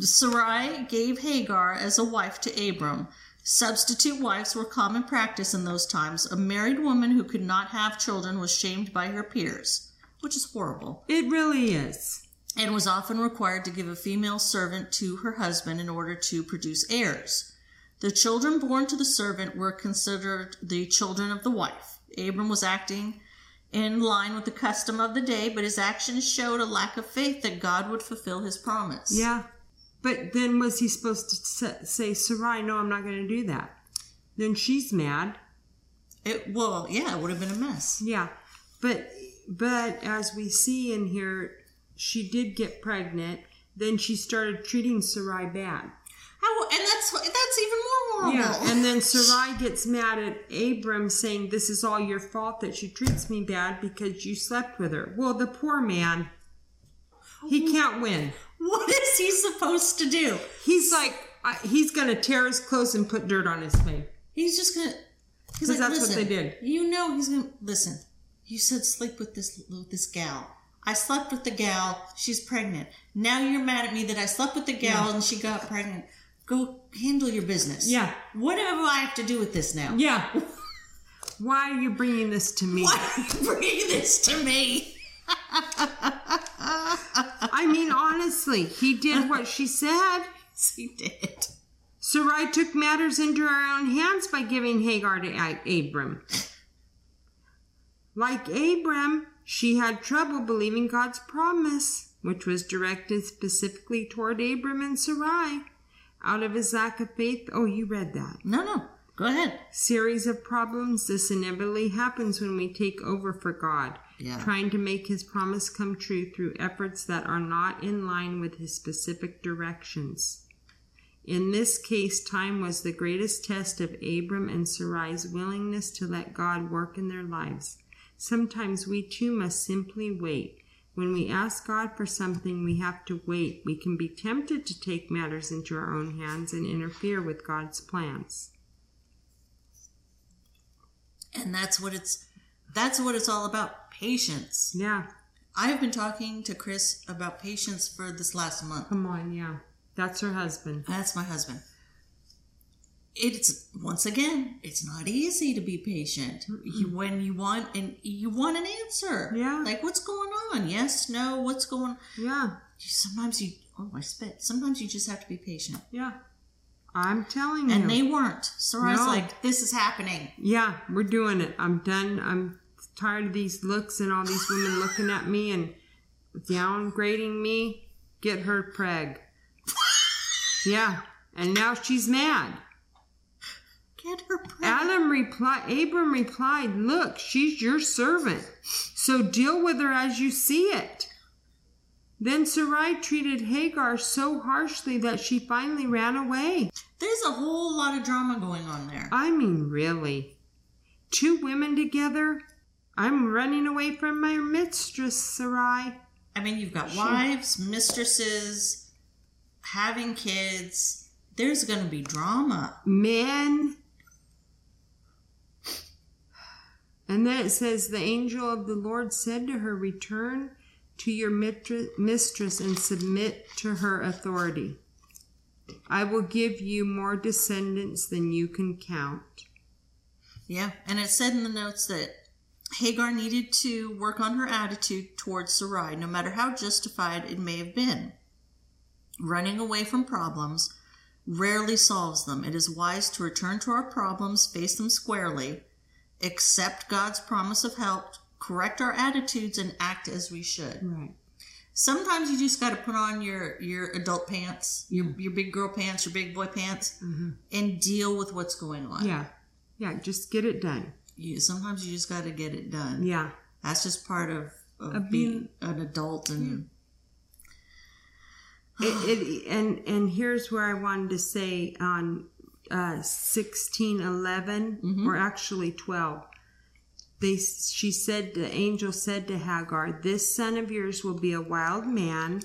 Sarai gave Hagar as a wife to Abram. Substitute wives were common practice in those times. A married woman who could not have children was shamed by her peers, which is horrible,
It really is.
and was often required to give a female servant to her husband in order to produce heirs. The children born to the servant were considered the children of the wife. Abram was acting in line with the custom of the day, but his actions showed a lack of faith that God would fulfill his promise.
Yeah. But then was he supposed to sa- say, Sarai, no, I'm not going to do that? Then she's mad.
It well, yeah, it would have been a mess.
Yeah. But but as we see in here, she did get pregnant. Then she started treating Sarai bad.
How, and that's that's even more horrible.
Yeah. And then Sarai gets mad at Abram saying, This is all your fault that she treats me bad because you slept with her. Well, the poor man, he can't win.
what is he supposed to do?
He's like, I, he's going to tear his clothes and put dirt on his face.
He's just gonna. He's
'Cause
like,
that's what
listen,
they did."
You know, he's gonna listen. You said sleep with this with this gal. I slept with the gal. She's pregnant. Now you're mad at me that I slept with the gal and she got pregnant. Go handle your business.
Yeah.
What do I have to do with this now?
Yeah. Why are you bringing this to me?
Why are you bringing this to me?
I mean, honestly, he did what she said.
She did.
Sarai took matters into her own hands by giving Hagar to A- Abram. Like Abram, she had trouble believing God's promise, which was directed specifically toward Abram and Sarai. Out of his lack of faith, oh, you read that.
No, no. Go ahead.
Series of problems, this inevitably happens when we take over for God.
Yeah.
trying to make his promise come true through efforts that are not in line with his specific directions. In this case, time was the greatest test of Abram and Sarai's willingness to let God work in their lives. Sometimes we too must simply wait, When we ask God for something, we have to wait. We can be tempted to take matters into our own hands and interfere with God's plans.
And that's what it's that's what it's all about, patience.
Yeah,
I have been talking to Chris about patience for this last month.
come on, yeah. That's her husband.
That's my husband. It's once again, it's not easy to be patient. You, when you want and you want an answer.
Yeah.
Like what's going on? Yes, no, what's going
Yeah,
Sometimes you oh I spit. Sometimes you just have to be patient.
yeah. I'm telling you.
And they weren't. So I was
Mm-hmm. No.
like, this is happening.
Yeah, we're doing it. I'm done. I'm tired of these looks and all these women looking at me and downgrading me. Get her preg. Yeah, and now she's mad.
Get her pregnant.
Adam replied. Abram replied, "Look, she's your servant, so deal with her as you see it." Then Sarai treated Hagar so harshly that she finally ran away.
There's a whole lot of drama going on there.
I mean, really? Two women together? I'm running away from my mistress, Sarai.
I mean, you've got
Sure.
wives, mistresses, having kids. There's going to be drama.
Men. And then it says, The angel of the Lord said to her, Return to your mitre- mistress and submit to her authority. I will give you more descendants than you can count.
Yeah. And it said in the notes that Hagar needed to work on her attitude towards Sarai, no matter how justified it may have been. Running away from problems rarely solves them. It is wise to return to our problems, face them squarely, accept God's promise of help, correct our attitudes, and act as we should.
Right.
sometimes you just got to put on your your adult pants your your big girl pants your big boy pants and deal with what's going on
Mm-hmm. Yeah. Yeah, just get it done.
you, sometimes you just got to get it done
Yeah.
that's just part of, of
Of
being an adult and
it, it, and and here's where I wanted to say on uh, sixteen or actually twelve. They she said the angel said to Hagar, "This son of yours will be a wild man."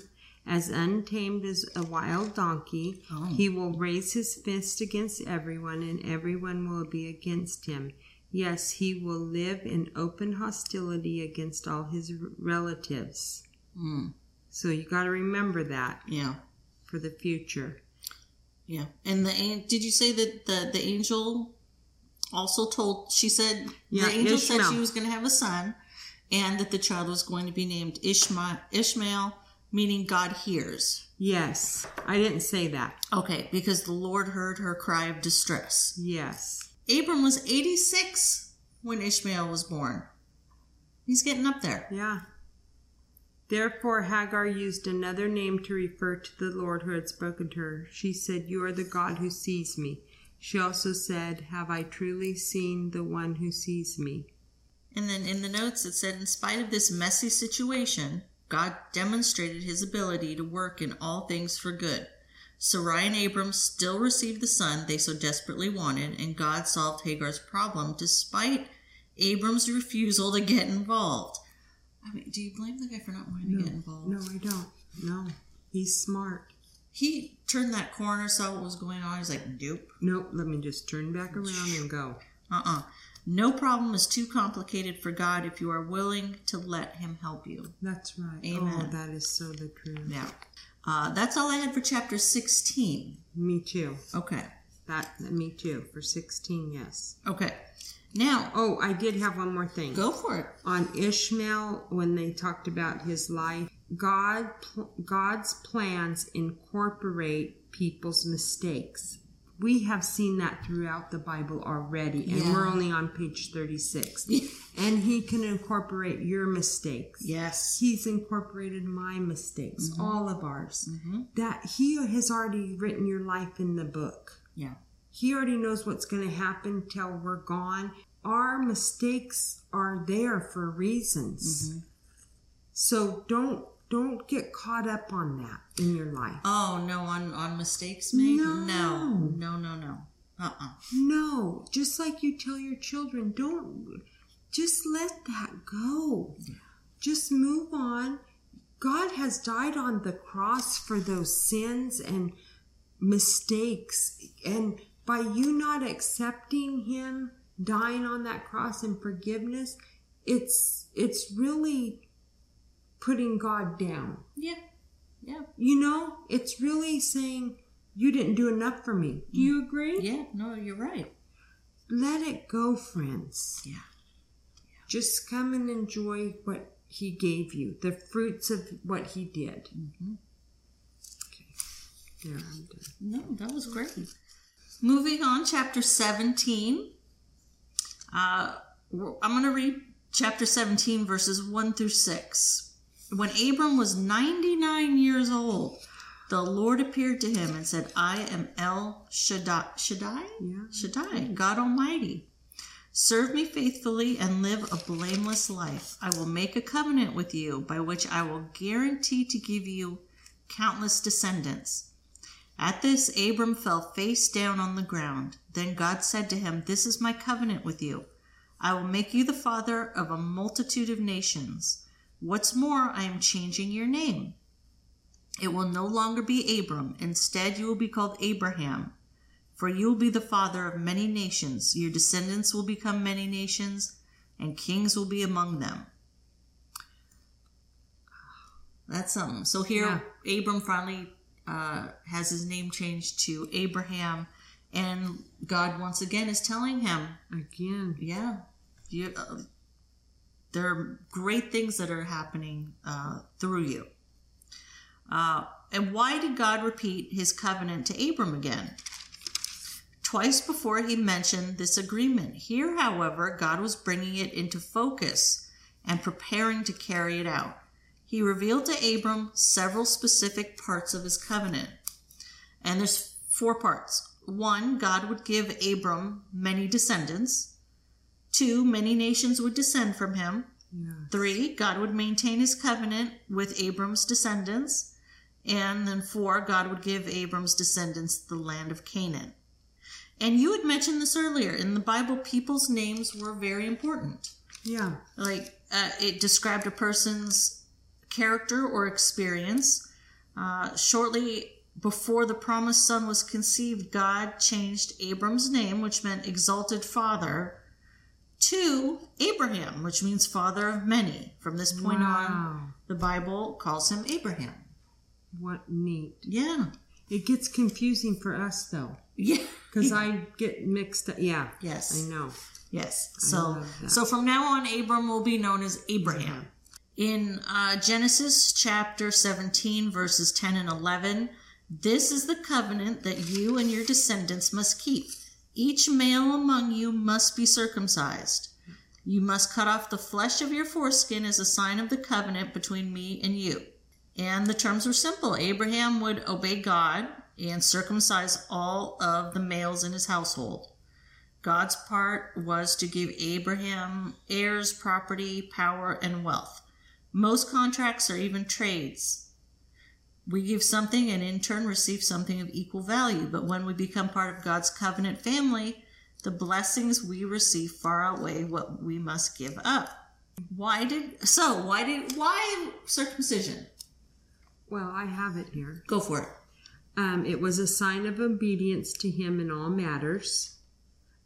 As untamed as a wild donkey, he will raise his fist against everyone, and everyone will be against him. Yes, he will live in open hostility against all his r- relatives.
Mm.
So you got to remember that
yeah
for the future.
yeah and the an- did you say that the the angel also told she said
Yeah,
the angel said she
Ishmael.
was going to have a son and that the child was going to be named ishmael ishmael meaning god hears
Yes, I didn't say that.
okay because the lord heard her cry of distress
Yes.
Abram was 86 when Ishmael was born. He's getting up there.
Yeah. Therefore, Hagar used another name to refer to the Lord who had spoken to her. She said, You are the God who sees me. She also said, Have I truly seen the one who sees me?
And then in the notes it said, in spite of this messy situation, God demonstrated his ability to work in all things for good. Sarai and Abram still received the son they so desperately wanted, and God solved Hagar's problem despite Abram's refusal to get involved. I mean, do you blame the guy for not wanting to get involved?
No, I don't. No. He's smart.
He turned that corner, saw what was going on. He's like, nope.
Nope, let me just turn back around and go.
Uh-uh. No problem is too complicated for God if you are willing to let Him help you.
That's right.
Amen.
Oh, that is so the truth.
Yeah. Uh, that's all I had for chapter 16.
Me too.
Okay.
That, me too. For 16, yes.
Okay. Now,
Oh, I did have one more thing.
go for it.
on Ishmael when they talked about his life. God, pl- God's plans incorporate people's mistakes. We have seen that throughout the Bible already, and
Yeah.
we're only on page 36. and He can incorporate your mistakes.
Yes.
He's incorporated my mistakes, all of ours. That He has already written your life in the book.
Yeah.
He already knows what's going to happen till we're gone. Our mistakes are there for reasons. So don't don't get caught up on that in your life.
Oh, no, on, on mistakes made? No.
No.
No, no, no. Uh-uh.
No, just like you tell your children, don't just let that go. Just move on God has died on the cross for those sins and mistakes. And by you not accepting him dying on that cross and forgiveness, it's it's really putting God down.
Yeah. Yeah.
You know, it's really saying you didn't do enough for me. Do you agree?
Yeah. No, you're right.
Let it go, friends.
Yeah.
Just come and enjoy what he gave you, the fruits of what he did.
Mm-hmm.
There, I'm done.
No, that was great. Moving on, chapter 17. Uh, we're- I'm going to read chapter 17, verses 1 through 6. When Abram was 99 years old, the Lord appeared to him and said, I am El Shaddai. Shaddai?
Yeah.
Shaddai, God Almighty. Serve me faithfully and live a blameless life. I will make a covenant with you by which I will guarantee to give you countless descendants. At this, Abram fell face down on the ground. Then God said to him, This is my covenant with you. I will make you the father of a multitude of nations. What's more, I am changing your name. It will no longer be Abram. Instead, you will be called Abraham. For you will be the father of many nations, your descendants will become many nations, and kings will be among them. That's something. So here, Abram finally uh, has his name changed to Abraham, and God once again is telling him,
Again.
yeah, you, uh, there are great things that are happening uh, through you. Uh, and why did God repeat his covenant to Abram again? Twice before he mentioned this agreement. Here, however, God was bringing it into focus and preparing to carry it out. He revealed to Abram several specific parts of his covenant. And there's four parts. One, God would give Abram many descendants. Two, many nations would descend from him.
Yeah.
Three, God would maintain his covenant with Abram's descendants. And then four, God would give Abram's descendants the land of Canaan. And you had mentioned this earlier. In the Bible, people's names were very important.
Yeah.
Like, uh, it described a person's character or experience. Uh, shortly before the promised son was conceived, God changed Abram's name, which meant exalted father, to Abraham, which means father of many. From this point on,
wow.
the Bible calls him Abraham.
What neat.
Yeah.
It gets confusing for us though,
Yeah.
because I get mixed up. Yeah.
Yes.
I know.
Yes.
I
So
love that.
so from now on, Abram will be known as Abraham. In uh, Genesis chapter 17, verses 10 and 11, this is the covenant that you and your descendants must keep. Each male among you must be circumcised. You must cut off the flesh of your foreskin as a sign of the covenant between me and you. And the terms were simple Abraham would obey God and circumcise all of the males in his household. God's part was to give Abraham heirs, property, power, and wealth. Most contracts or even trades. We give something and in turn receive something of equal value, but when we become part of God's covenant family, the blessings we receive far outweigh what we must give up. Why did so? Why did why circumcision?
Well, I have it here.
Go for it.
Um, it was a sign of obedience to him in all matters,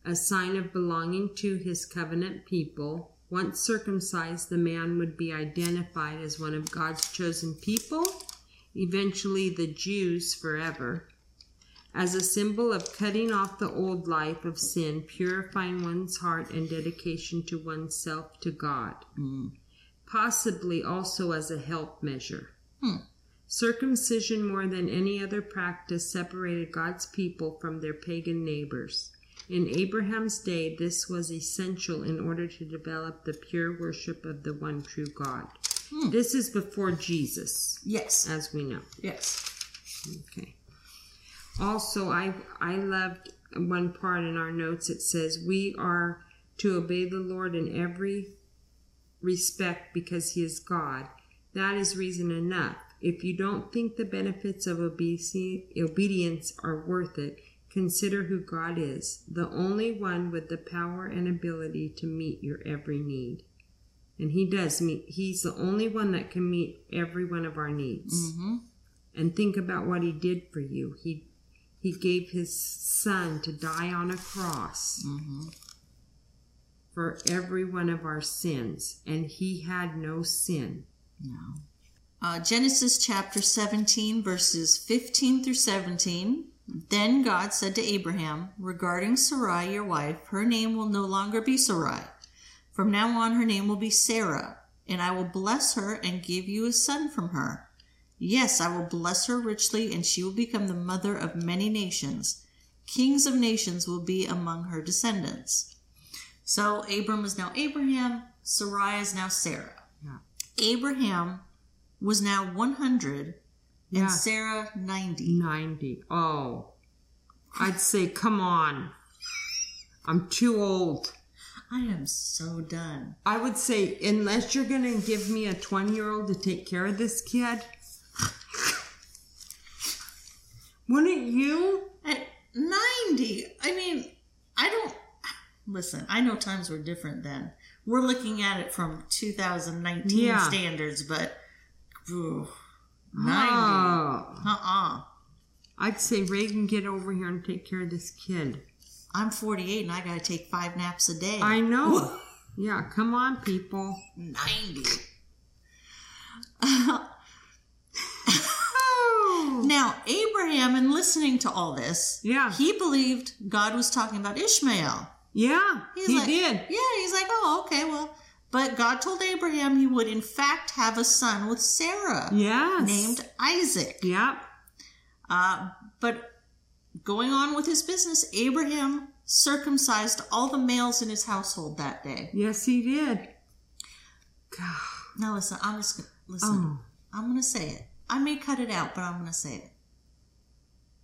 a sign of belonging to his covenant people. Once circumcised, the man would be identified as one of God's chosen people, eventually the Jews forever, as a symbol of cutting off the old life of sin, purifying one's heart, and dedication to oneself to God, possibly also as a help measure. Circumcision, more than any other practice, separated God's people from their pagan neighbors. In Abraham's day, this was essential in order to develop the pure worship of the one true God. This is before Jesus,
Yes.
as we know.
Yes.
Okay. Also, I I loved one part in our notes. It says we are to obey the Lord in every respect because He is God. That is reason enough. If you don't think the benefits of obese- obedience are worth it, consider who God is, the only one with the power and ability to meet your every need. And he does meet, he's the only one that can meet every one of our needs.
Mm-hmm.
And think about what he did for you. He he gave his son to die on a cross
Mm-hmm.
for every one of our sins, and he had no sin.
No. Uh, Genesis chapter 17, verses 15 through 17. Then God said to Abraham, Regarding Sarai, your wife, her name will no longer be Sarai. From now on, her name will be Sarah, and I will bless her and give you a son from her. Yes, I will bless her richly, and she will become the mother of many nations. Kings of nations will be among her descendants. So Abram is now Abraham, Sarai is now Sarah.
Yeah.
Abraham was now 100
Yeah.
and Sarah 90.
90. Oh, I'd say, come on. I'm too old.
I am so done.
I would say, unless you're going to give me a 20 year old to take care of this kid, wouldn't you?
At 90, I mean, I don't. Listen, I know times were different then. We're looking at it from 2019
Yeah.
standards, but ooh, 90.
Oh,
Uh uh-uh. uh.
I'd say, Reagan, get over here and take care of this kid.
i am 48 and I gotta take five naps a day.
I know. yeah, come on, people.
90.
Oh.
now, Abraham, in listening to all this,
Yeah.
he believed God was talking about Ishmael.
Yeah,
He's
he
like-
did.
Yeah, he's like, oh, okay, well. But God told Abraham he would, in fact, have a son with Sarah
Yes.
named Isaac.
Yep.
Uh, but going on with his business, Abraham circumcised all the males in his household that day.
Yes, he did. God.
Now, listen, I'm just going to listen.
Oh.
I'm going to say it. I may cut it out, but I'm going to say it.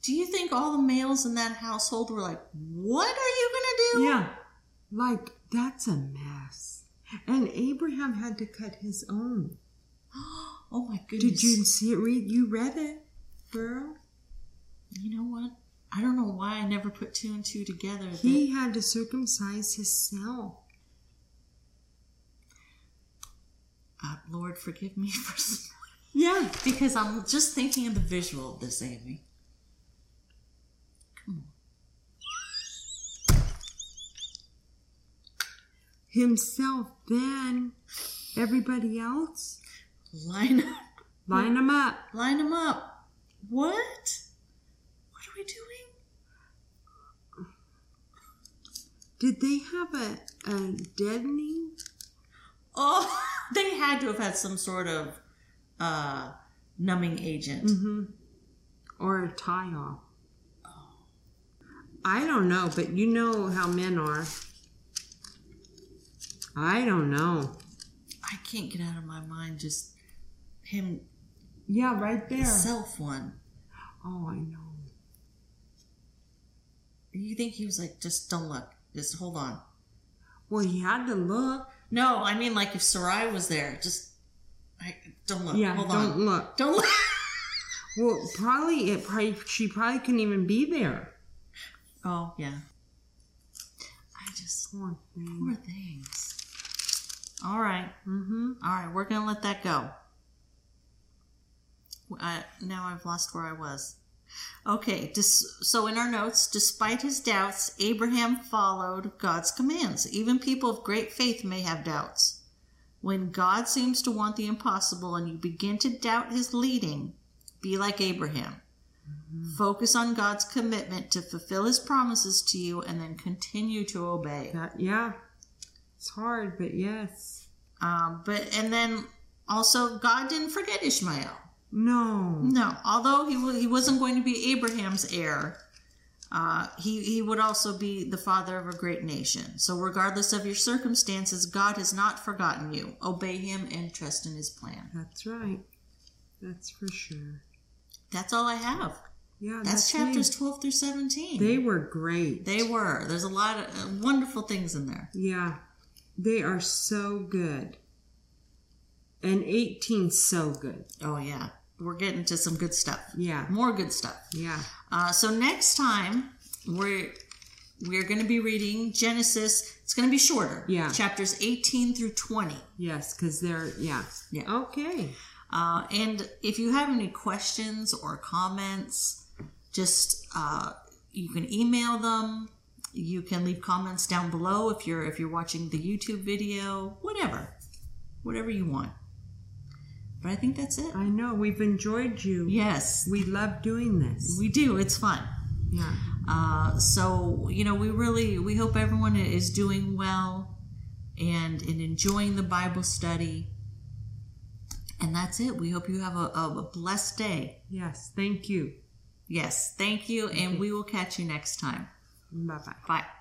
Do you think all the males in that household were like, what are you going to do?
Oh, Yeah. Like, that's a mess. And Abraham had to cut his own.
Oh my goodness.
Did you see it? Read you read it, girl.
You know what? I don't know why I never put two and two together. that-
He had to circumcise himself.
uh, Lord, forgive me for
Yeah.
because I'm just thinking of the visual of this, Amy. Come on.
Himself. Then everybody else
Line up.
line them up.
Line them up. What? What are we doing?
Did they have a a deadening?
Oh, they had to have had some sort of uh, numbing agent.
Mm-hmm. Or a tie off. I don't know, but you know how men are. I don't know.
I can't get out of my mind just him
Yeah, right there.
self one.
oh, I know.
You think he was like, just don't look, just hold on.
Well, he had to look.
No, I mean like if Sarai was there, just I don't look.
yeah,
hold
don't
on.
look.
Don't look.
Well, probably it probably she probably couldn't even be there.
Oh yeah. I just
Poor
poor
thing.
things. All right,
Mm-hmm.
all right. We're gonna let that go. I, now I've lost where I was. Okay, dis- so in our notes, despite his doubts, Abraham followed God's commands. Even people of great faith may have doubts. When God seems to want the impossible and you begin to doubt his leading, be like Abraham. Focus on God's commitment to fulfill his promises to you and then continue to obey.
That yeah. It's hard, but yes.
Um, but and then also God didn't forget Ishmael.
No.
No, although he wa he wasn't going to be Abraham's heir, uh, he he would also be the father of a great nation. So regardless of your circumstances, God has not forgotten you. Obey Him and trust in His plan.
That's right. That's for sure.
That's all I have.
Yeah.
That's,
me.
chapters twelve through seventeen.
They were great.
They were. There's a lot of uh, wonderful things in there.
Yeah, they are so good. And 18 so good.
Oh yeah, we're getting to some good stuff.
Yeah.
More good stuff.
Yeah.
Uh, so next time we're We're going to be reading Genesis. It's going to be shorter.
Yeah.
Chapters 18 through 20.
Yes, because they're, yeah.
Yeah.
Okay.
Uh, and if you have any questions or comments, just uh, you can email them. You can leave comments down below if you're if you're watching the YouTube video, whatever, whatever you want. But I think that's it.
I know. We've enjoyed you.
Yes,
We love doing this.
we do. It's fun.
Yeah.
Uh, so you know, we really we hope everyone is doing well and and enjoying the Bible study. And that's it. We hope you have a, a, a blessed day.
Yes. Thank you.
Yes, thank you, and we will catch you next time.
Bye bye.
Bye.